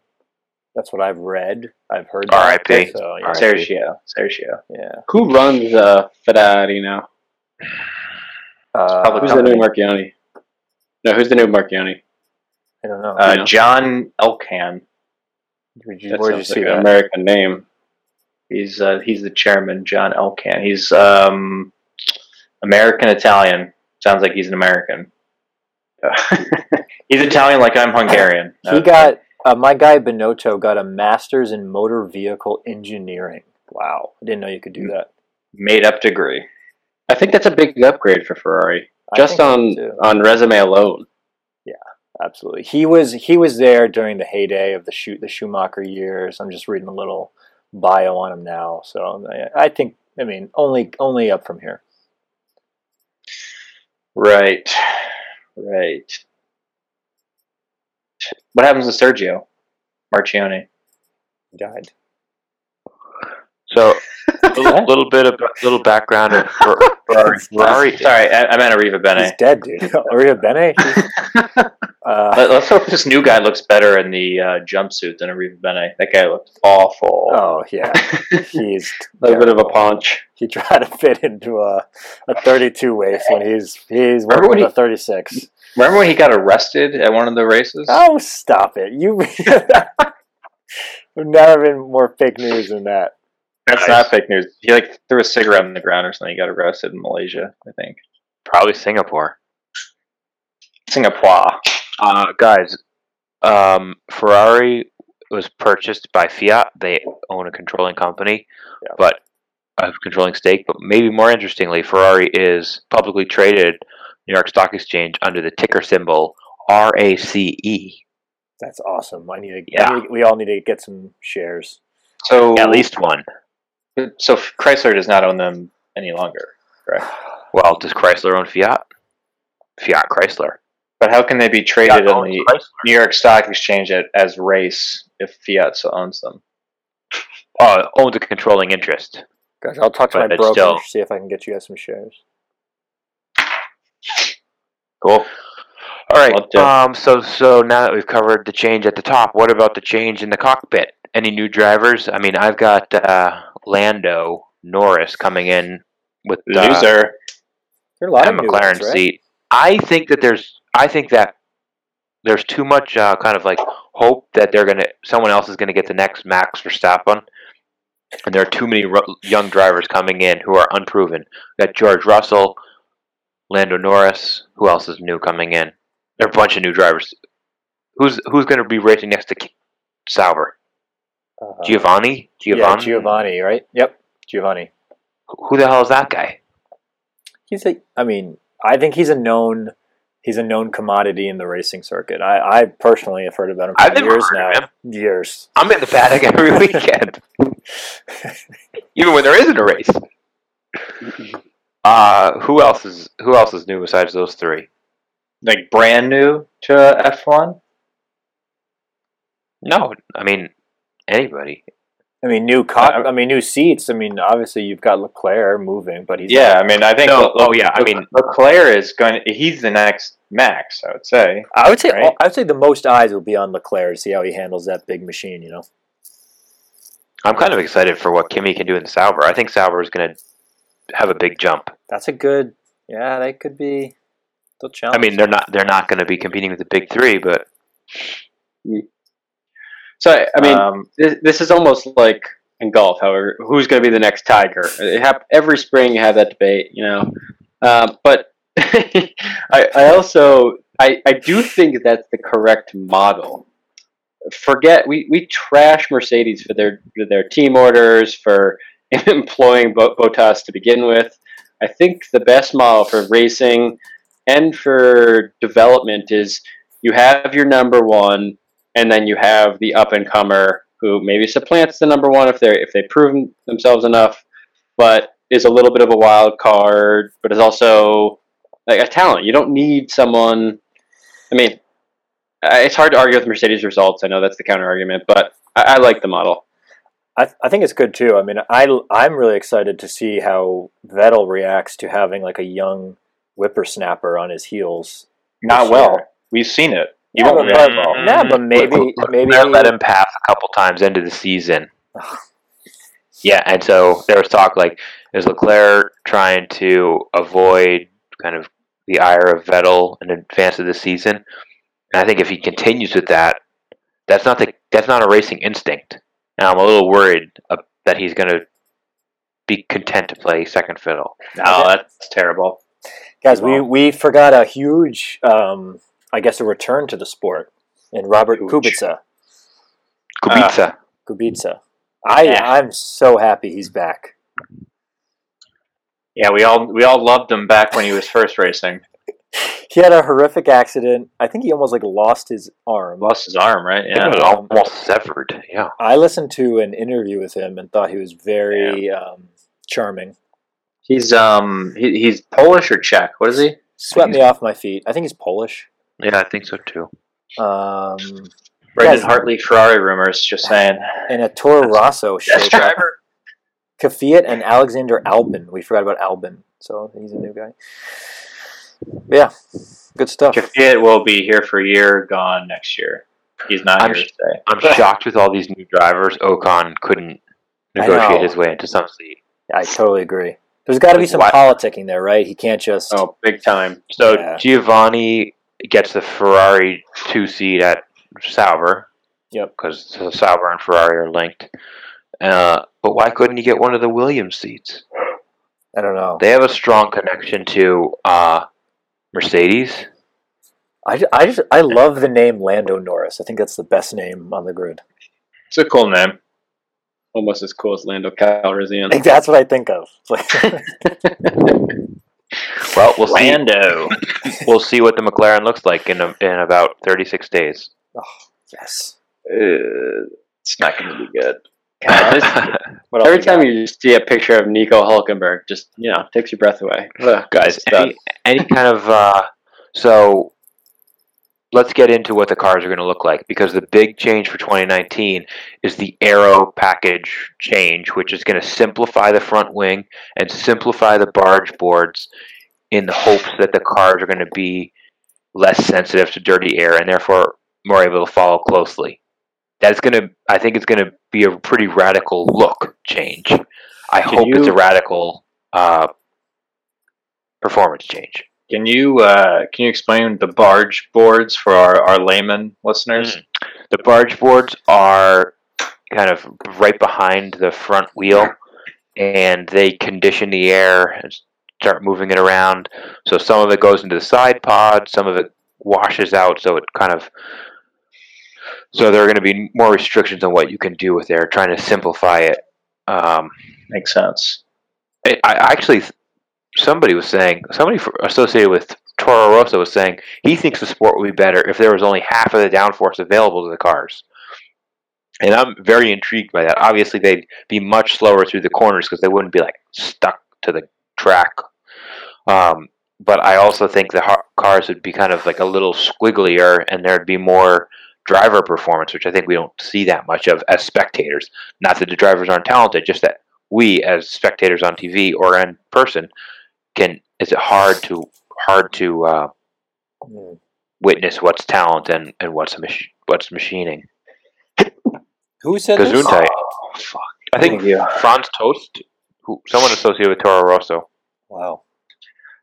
That's what I've read. I've heard. that. R.I.P.. So, yeah, R.I.P.. Sergio. Sergio. yeah. Who runs uh, Ferrari now? Uh, Public Who's company. the new Marchioni? No, who's the new Marchioni? I don't know. Uh, Yeah. John Elkan. Did you, That where did you sounds like see an that? American name. He's uh, he's the chairman, John Elkan. He's um, American Italian. Sounds like he's an American. he's Italian, like I'm Hungarian. He got uh, my guy Benotto got a master's in motor vehicle engineering. Wow, I didn't know you could do that. made up degree. I think that's a big upgrade for Ferrari, I just think so, on too. on resume alone. absolutely. He was he was there during the heyday of the shoot the Schumacher years. I'm just reading a little bio on him now, so um, I, I think I mean only only up from here. Right, right. What happens to Sergio Marchione? He died. So a little, little bit of little background of Fer- Ferrari. Ferrari. Sorry, I, I meant Arriva He's Bene. dead, dude. Aria Bene. Uh, Let, let's hope this new guy looks better in the uh, jumpsuit than Arriva Bene. That guy looked awful. oh yeah, he's A little bit of a paunch. he tried to fit into a, a 32 waist when he's he's Remember working when with he- a 36. Remember when he got arrested at one of the races? Oh, stop it! You we've never been more fake news than that. That's Nice. not fake news. He like threw a cigarette on the ground or something. He got arrested in Malaysia, I think. Probably Singapore. Singapore. Uh, guys, um, Ferrari was purchased by Fiat. They own a controlling company, Yeah. but a controlling stake. But maybe more interestingly, Ferrari is publicly traded New York Stock Exchange under the ticker symbol RACE. That's awesome. I need to. Yeah. we- we all need to get some shares. So At least one. so Chrysler does not own them any longer. Well, does Chrysler own Fiat? Fiat Chrysler. But how can they be traded Fiat on owns the Chrysler. New York Stock Exchange at, as race if Fiat still owns them? Uh, owns a controlling interest. Gosh, I'll talk to But my it's broker still- see if I can get you guys some shares. Cool. All right. Love to. Um. So so now that we've covered the change at the top, what about the change in the cockpit? Any new drivers? I mean, I've got uh, Lando Norris coming in with uh, the Loser. There are a lot and of new McLaren ones, right? seat. I think that there's. I think that there's too much uh, kind of like hope that they're gonna someone else is gonna get the next Max Verstappen, and there are too many ru- young drivers coming in who are unproven. We got George Russell, Lando Norris. Who else is new coming in? There are a bunch of new drivers. Who's who's gonna be racing next to K- Sauber? Uh, Giovanni? Yeah, Giovanni? Giovanni, right? Yep, Giovanni. Who the hell is that guy? He's a. I mean, I think he's a known. He's a known commodity in the racing circuit. I, I personally have heard about him for I've never years heard now. of Years. I'm in the paddock every weekend, even when there isn't a race. Uh, who else is who else is new besides those three? Like brand new to uh, F1? No, I mean anybody. I mean, new. Co- I mean, new seats. I mean, obviously you've got Leclerc moving, but he's Yeah, I mean, I think. No, oh yeah, I mean Leclerc is going. He's the next Max, I would say. I would say Right. all- I would say the most eyes will be on Leclerc to see how he handles that big machine. You know, I'm kind of excited for what Kimmy can do in Sauber. I think Sauber is going to have a big jump. that's a good. Yeah, they could be. They'll challenge. I mean, they're not they're not going to be competing with the big three, but So I- I mean, um, this, this is almost like in golf. However, who's going to be the next Tiger? It hap- every spring you have that debate, you know. Uh, but I, I also I, I do think that's the correct model. Forget we, we trash Mercedes for their for their team orders for employing Bo- Botas to begin with. I think the best model for racing and for development is you have your number one and then you have the up and comer who maybe supplants the number one if they if they prove themselves enough, but is a little bit of a wild card, but is also like a talent. You don't need someone. I mean, I- it's hard to argue with Mercedes results. I know that's the counter argument, but I, I like the model. I, I think it's good too. I mean, I I'm really excited to see how Vettel reacts to having like a young whippersnapper on his heels. not Sure. well. We've seen it. He won't but, win but, at all. yeah, but maybe maybe Leclerc let him pass a couple times into the season. Ugh. yeah, and so there was talk like, is Leclerc trying to avoid kind of the ire of Vettel in advance of the season? And I think if he continues with that, that's not the that's not a racing instinct. And I'm a little worried uh, that he's going to be content to play second fiddle. No, that's terrible. guys. We we forgot a huge, um, I guess, a return to the sport in Robert Huge. Kubica. Uh, Kubica, Kubica. I Yeah. I'm so happy he's back. Yeah, we all we all loved him back when he was first racing. He had a horrific accident. I think he almost like lost his arm. Lost his arm, right? I think Yeah. it was um, almost severed. Yeah, I listened to an interview with him and thought he was very um, charming. He's um he, he's Polish or Czech. What is he? Swept me off my feet. I think he's Polish. yeah, I think so too. Um, Brendan Yes. Hartley Ferrari rumors. Just saying. and a Toro Rosso Best shakeup. driver. Kafiat and Alexander Albin. We forgot about Albin, so he's a new guy. Yeah, good stuff. It will be here for a year, gone next year. He's not I'm here sh- to stay. I'm shocked with all these new drivers. Ocon couldn't I know. negotiate his way into some seat. I totally agree. There's got to be some Why- politicking there, right? He can't just. Oh, big time. So Yeah. Giovanni gets the Ferrari two seat at Sauber. Yep. Because Sauber and Ferrari are linked. Uh, but why couldn't he get one of the Williams seats? I don't know. They have a strong connection to uh, Mercedes. I, ju- I, just, I love the name Lando Norris. I think that's the best name on the grid. It's a cool name. Almost as cool as Lando Calrissian. Like, that's what I think of. It's like, Well, we'll see. Lando. We'll see what the McLaren looks like in a, in about 36 days. yes. Uh, it's not going to be good. God, this- What else every we time got? you see a picture of Nico Hulkenberg, just you know, takes your breath away. Ugh, guys, any, any kind of uh, so let's get into what the cars are going to look like because the big change for 2019 is the aero package change which is going to simplify the front wing and simplify the barge boards in the hopes that the cars are going to be less sensitive to dirty air and therefore more able to follow closely that's going to i think it's going to be a pretty radical look change i hope it's you- a radical uh, performance change Can you uh, can you explain the barge boards for our, our layman listeners? The barge boards are kind of right behind the front wheel, and they condition the air and start moving it around. So some of it goes into the side pod, some of it washes out. So it kind of so there are going to be more restrictions on what you can do with air, trying to simplify it. Um, Makes sense. I, I actually, somebody was saying, somebody f- associated with Toro Rosso was saying he thinks the sport would be better if there was only half of the downforce available to the cars. And I'm very intrigued by that. Obviously, they'd be much slower through the corners because they wouldn't be like stuck to the track. Um, but I also think the har- cars would be kind of like a little squigglier, and there'd be more driver performance, which I think we don't see that much of as spectators. Not that the drivers aren't talented, just that we as spectators on TV or in person can is it hard to hard to uh, Hmm. witness what's talent and, and what's mach- what's machining. Who said this? Gesundheit. fuck. I think you. Franz Toast, who someone associated with Toro Rosso. Wow.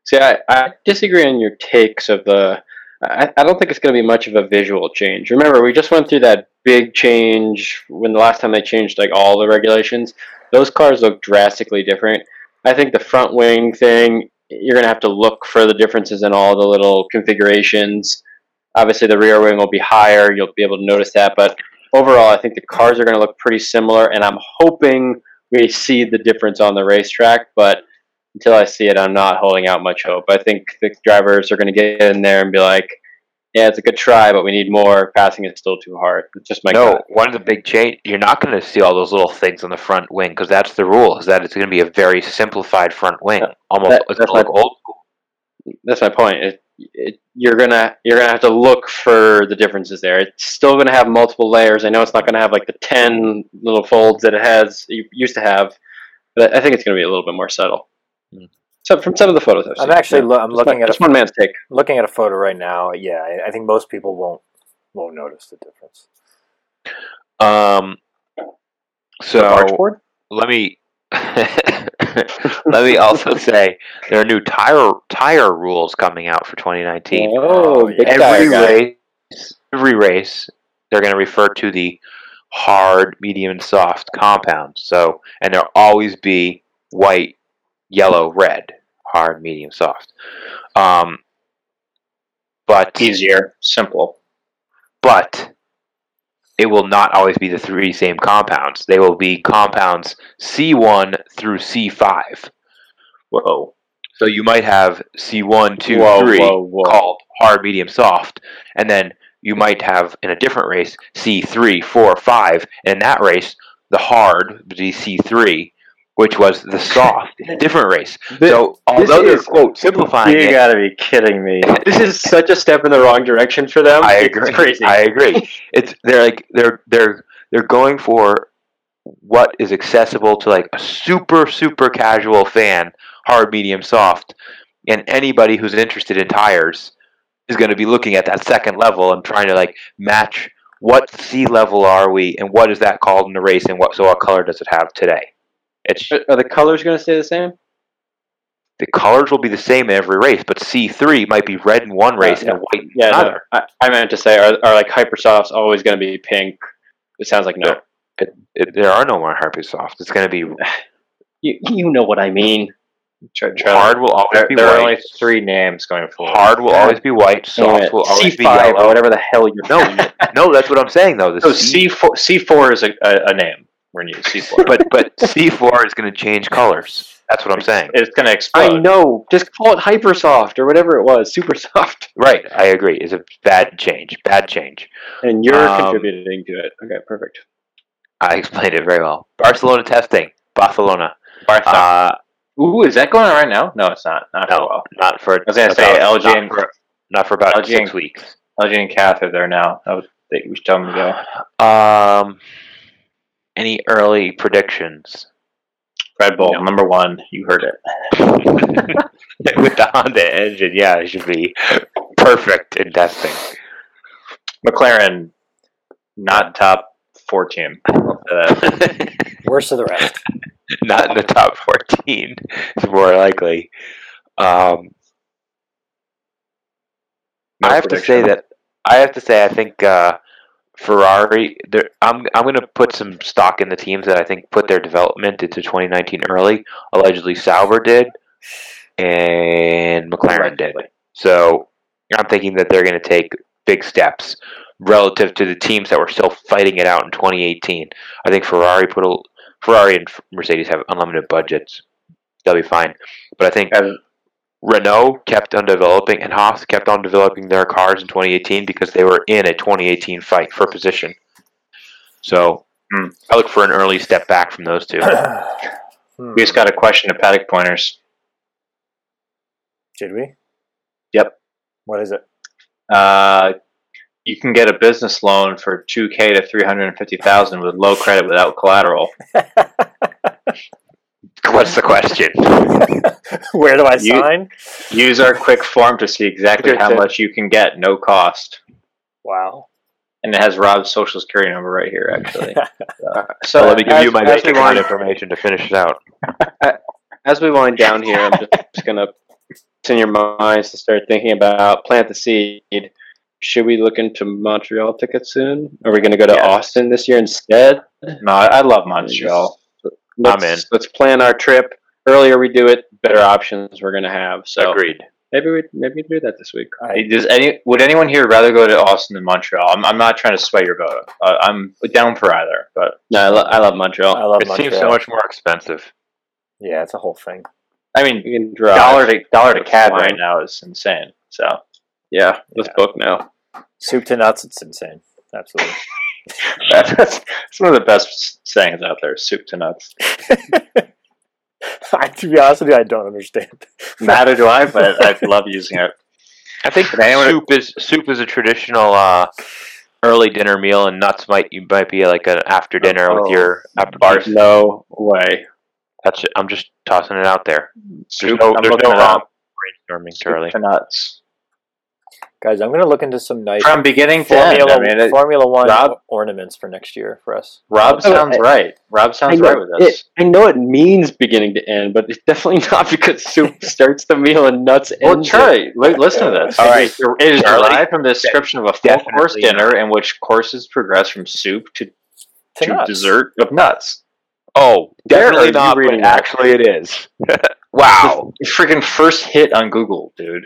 See, I, I disagree on your takes of the. I, I don't think it's going to be much of a visual change. Remember, we just went through that big change when the last time they changed like all the regulations. Those cars look drastically different. I think the front wing thing, you're going to have to look for the differences in all the little configurations. Obviously, the rear wing will be higher. You'll be able to notice that. But overall, I think the cars are going to look pretty similar. And I'm hoping we see the difference on the racetrack. But until I see it, I'm not holding out much hope. I think the drivers are going to get in there and be like, "Yeah, it's a good try, but we need more. Passing is still too hard." It's just my no, gut. one of the big change. You're not going to see all those little things on the front wing because that's the rule. Is that it's going to be a very simplified front wing, almost that- it's that's gonna look my- old school. That's my point. It, it, you're gonna you're gonna have to look for the differences there. It's still going to have multiple layers. I know it's not going to have like the ten little folds that it has it used to have, but I think it's going to be a little bit more subtle. Mm. So from some of the photos I've I'm seen, actually yeah. lo- I'm Just looking one- at a just one man's take. looking at a photo right now. Yeah, I, I think most people won't won't notice the difference. Um, so barge board? let me let me also say there are new tire tire rules coming out for 2019. Oh, yeah. big tire every guy. race, every race, they're going to refer to the hard, medium, and soft compounds. So, and there'll always be white, yellow, red, hard, medium, soft. Um, but Easier, simple. but it will not always be the three same compounds. They will be compounds C1 through C5. Whoa. So you might have C1, 2, whoa, 3 whoa, whoa. called hard, medium, soft, and then you might have in a different race C3, 4, 5. And in that race, the hard would be C3, which was the soft in a different race. So although they're is- quote simplifying you it, gotta be kidding me. This is such a step in the wrong direction for them. I agree. It's crazy. I agree. It's they're like they're they're they're going for what is accessible to like a super super casual fan, hard, medium, soft, and anybody who's interested in tires is going to be looking at that second level and trying to like match what sea level are we and what is that called in the race and what so what color does it have today? It's Are- Are the colors gonna stay the same? the colors will be the same in every race, but C three might be red in one race and white in Yeah, no. another. I, I meant to say, are, are like hypersofts always gonna be pink? It sounds like no. It, it, there are no more Harpy Soft. It's going to be You, you know what I mean. Try, try that. hard. Will always There, be there are white. only three names going forward. Hard will always be white. Soft Anyway, will always be C5 or yellow. whatever the hell you're No, no, that's what I'm saying though. The So C, C four C four is a, a, a name. We're going C four, but but C4 is going to change colors. That's what I'm saying. it's going to I explode. know. Just call it Hypersoft or whatever it was, Supersoft. Right, I agree. It's a bad change. Bad change. And you're Um, contributing to it. Okay, perfect. I explained it very well. Barcelona testing. Barcelona. Bartha- Uh, Ooh, is that going on right now? No, it's not. Not for a while. not for. I was gonna say LG Not and- for, not for about LG six and- weeks. LG and Kath are there now. I was, they, we should tell them to go. Um, any early predictions Red Bull, number one. You heard it. with the Honda engine? Yeah, it should be perfect in testing. McLaren, not top four team. Uh, Worst of the rest. not in the top 14 is more likely. Um, No I have to say prediction. that I have to say I think uh, Ferrari. they're- I'm I'm going to put some stock in the teams that I think put their development into 2019 early. Allegedly, Sauber did, and McLaren did. So I'm thinking that they're going to take big steps relative to the teams that were still fighting it out in 2018. I think Ferrari put a Ferrari and Mercedes have unlimited budgets. They'll be fine. But I think And- Renault kept on developing and Haas kept on developing their cars in 2018 because they were in a 2018 fight for position. So Hmm. I look for an early step back from those two. Hmm. We just got a question of paddock pointers. Did we? Yep. What is it? Uh, you can get a business loan for two k to three hundred and fifty thousand with low credit without collateral. What's the question? Where do I You- sign? Use our quick form to see exactly how much you can get, no cost. Wow. And it has Rob's social security number right here, actually. so So let me give you my as- as bank we account wind- information to finish it out. As we wind down here, I'm just, just gonna it's in your minds to start thinking about plant the seed. Should we look into Montreal tickets soon? Are we gonna go to Yes. Austin this year instead? no, I I love Montreal. Let's, in. Let's plan our trip. Earlier we do it, better options we're gonna have. So Agreed. maybe we maybe we do that this week. Hey, Does any would anyone here rather go to Austin than Montreal? I'm, I'm not trying to sway your vote. Uh, I'm down for either, but No, I, lo- I love Montreal. I love It Montreal. seems so much more expensive. yeah, it's a whole thing. I mean, You can drive. dollar to dollar to It's cab fine. right now is insane. So Yeah, let's book now. Soup to nuts, it's insane. Absolutely. that's, that's one of the best sayings out there: soup to nuts. I, to be honest with you, I don't understand. Neither do I, but I love using it. I think anyone- soup is soup is a traditional uh, early dinner meal, and nuts might you might be like an after dinner with Oh. your bars. No way. That's I'm just tossing it out there. There's Soup, no, I'm there's looking no it wrong up. brainstorming, Charlie. Soup to nuts. Guys, I'm going to look into some nice From beginning to end, Formula, I mean, it, Formula One Rob- or- ornaments for next year for us. Rob Oh, sounds I- right. Rob I sounds know, right with us. It, I know it means beginning to end, but it's definitely not because soup starts the meal and nuts Well, ends it. Charlie, li- listen to this. All right. It is Charlie, derived from the description of a full course definitely dinner in which courses progress from soup to, To to, nuts. dessert of nuts. Oh, Where are definitely you not. But reading that? actually, it is. wow. Freaking first hit on Google, dude.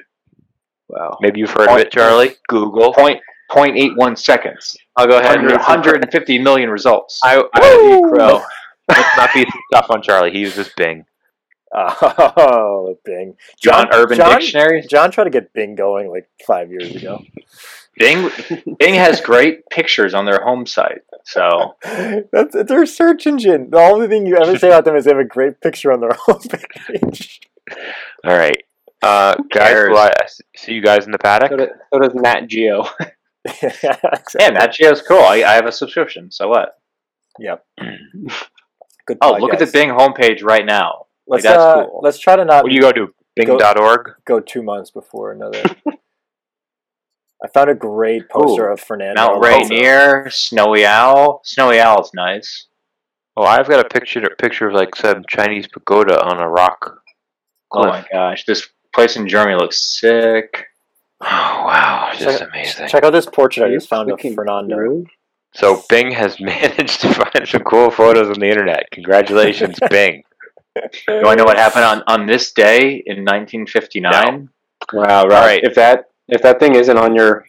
Wow. Maybe you've heard of it, Charlie. Google. Point point eight one seconds. I'll go ahead and 100, 150 million results. I, I Woo! will be crow. Let's not be stuff on Charlie. He uses Bing. Oh, Bing. John, Urban John, Dictionary. John tried to get Bing going like five years ago. Bing Bing has great pictures on their home site. So That's it's their search engine. The only thing you ever say about them is they have a great picture on their homepage. All right, uh, guys. cares? Well, I I s- see you guys in the paddock. So, does, so does Nat Geo. yeah, exactly. yeah, Nat Geo's cool. I, I have a subscription. So what? Good Oh, look at the podcast. Bing homepage right now. Let's, that's uh, cool. let's try to not What do you go to? Bing.org. go two months before another. I found a great poster of Fernando. Mount Alonso. Rainier, Snowy Owl. Snowy Owl's nice. Oh, I've got a picture picture of like some Chinese pagoda on a rock. Oh cliff. my gosh, this place in Germany looks sick. Oh wow, Check- just amazing. Check out this portrait I Are you just found of clicking Fernando. through? So Bing has managed to find some cool photos on the internet. Congratulations, Bing. Do I know what happened on, on this day in 1959? Wow, Rob, right. If that if that thing isn't on your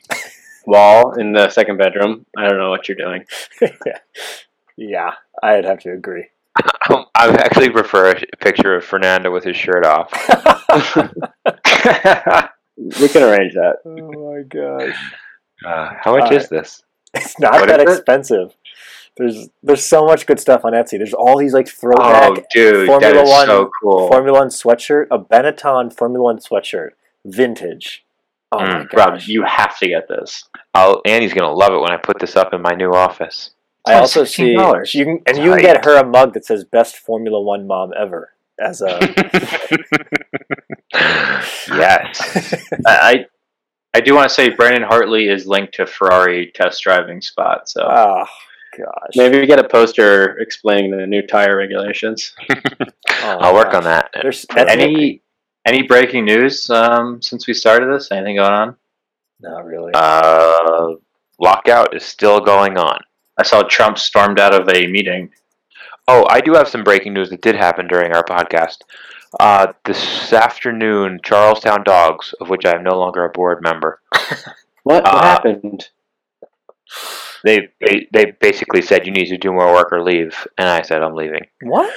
wall in the second bedroom, I don't know what you're doing. yeah. yeah, I'd have to agree. Um, I actually prefer a sh- picture of Fernando with his shirt off. uh, We can arrange that. Oh my gosh. how much is this? It's not What that is it? expensive. There's there's so much good stuff on Etsy. There's all these like Oh, throwback dude, that Formula is One so cool. Formula One sweatshirt, a Benetton Formula One sweatshirt, vintage. Oh my Mm, Rob, gosh. you have to get this. I'll, Annie's gonna love it when I put this up in my new office. I only also see you $16. can and you can get her a mug that says best Formula One mom ever as a yes. I, I I do want to say Brendan Hartley is linked to Ferrari test driving spot. So oh gosh. Maybe we get a poster explaining the new tire regulations. Oh my I'll work gosh. on that. There's any any breaking news um, since we started this? Anything going on? no really. Uh, lockout is still going on. I saw Trump stormed out of a meeting. Oh, I do have some breaking news that did happen during our podcast. Uh, this afternoon, Charlestown Dogs, of which I am no longer a board member, What, what Uh, happened? they, they they basically said you need to do more work or leave, and I said I'm leaving. what?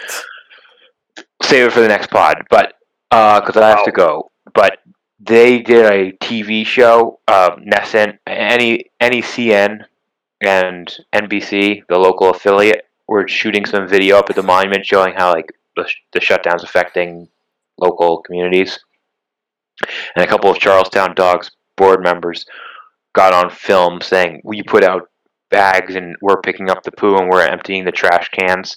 Save it for the next pod, but because I have to go. But they did a TV show, uh, Nescent, any any CN and NBC, the local affiliate, were shooting some video up at the monument showing how like the, sh- the shutdowns affecting local communities. And a couple of Charlestown Dogs board members got on film saying, "We put out bags and we're picking up the poo and we're emptying the trash cans."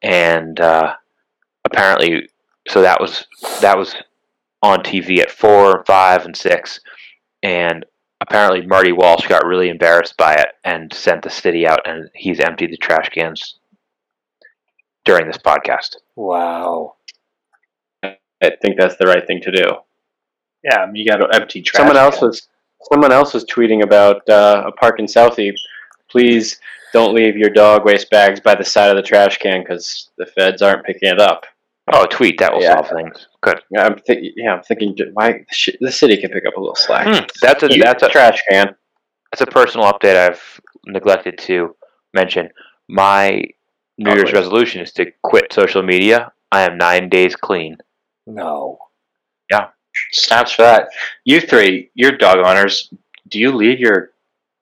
And uh, apparently, so that was that was on TV at four, five, and six, and apparently Marty Walsh got really embarrassed by it and sent the city out, and he's emptied the trash cans during this podcast. Wow. I think that's the right thing to do. Yeah, I mean, you got to empty trash. someone else can. was someone else was tweeting about uh, a park in Southie. Please don't leave your dog waste bags by the side of the trash can because the feds aren't picking it up. Oh, a tweet that will Yeah. solve things. Good. Yeah, I'm thi- yeah, I'm thinking d- why sh- the city can pick up a little slack. Hmm, that's a You- that's a trash can. that's a personal update I've neglected to mention. My New Year's Lovely. resolution is to quit social media. I am nine days clean. No. Snaps for that. You three, you're dog owners. Do you leave your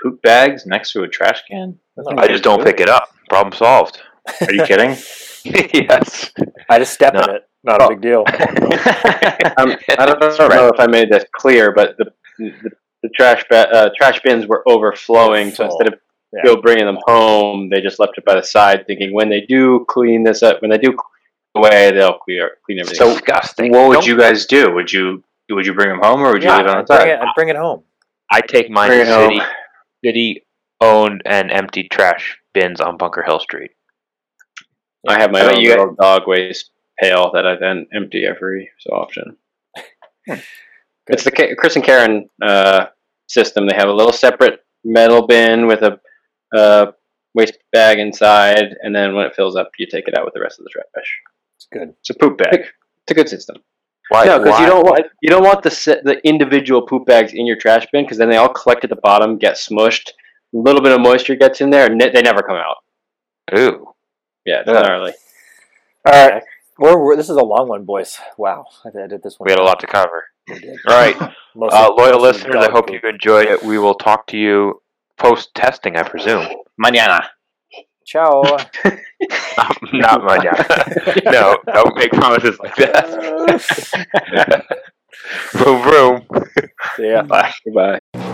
poop bags next to a trash can? I just don't pick it up. Problem solved. Are you kidding? yes. I just step No. in it. Not Oh. a big deal. Um, I don't, I That's don't right. know if I made this clear, but the the, the trash ba- uh, trash bins were overflowing. So Full. instead of Yeah. Bill bringing them home, they just left it by the side, thinking when they do clean this up, when they do clean away, they'll clear clean everything. So disgusting. what would Don't- you guys do? Would you would you bring them home or would you Yeah, leave it on I'd the bring side? it, I'd bring it home. I take mine Bring to it home. city, city owned and empty trash bins on Bunker Hill Street. I have I my Oh, bet own you- little dog waste pail that I then empty every so often. Hmm. it's the Ca- Chris and Karen uh, system. They have a little separate metal bin with a uh, waste bag inside, and then when it fills up, you take it out with the rest of the trash. It's good. It's a poop bag. It's a good system. Why? no, because why- you don't want you don't want the se- the individual poop bags in your trash bin because then they all collect at the bottom, get smushed. A little bit of moisture gets in there, and ne- they never come out. Ooh. Yeah, it's Yeah. gnarly. All right. We're, we're, this is a long one, boys. Wow. I did, I did this one. We had a lot to cover. We did. All right. Mostly- Uh, loyal mostly listeners, I dog hope poop. you enjoyed it. We will talk to you post testing, I presume. Mañana. Ciao. Not, not my no, don't make promises like that. vroom, vroom. See ya. Goodbye.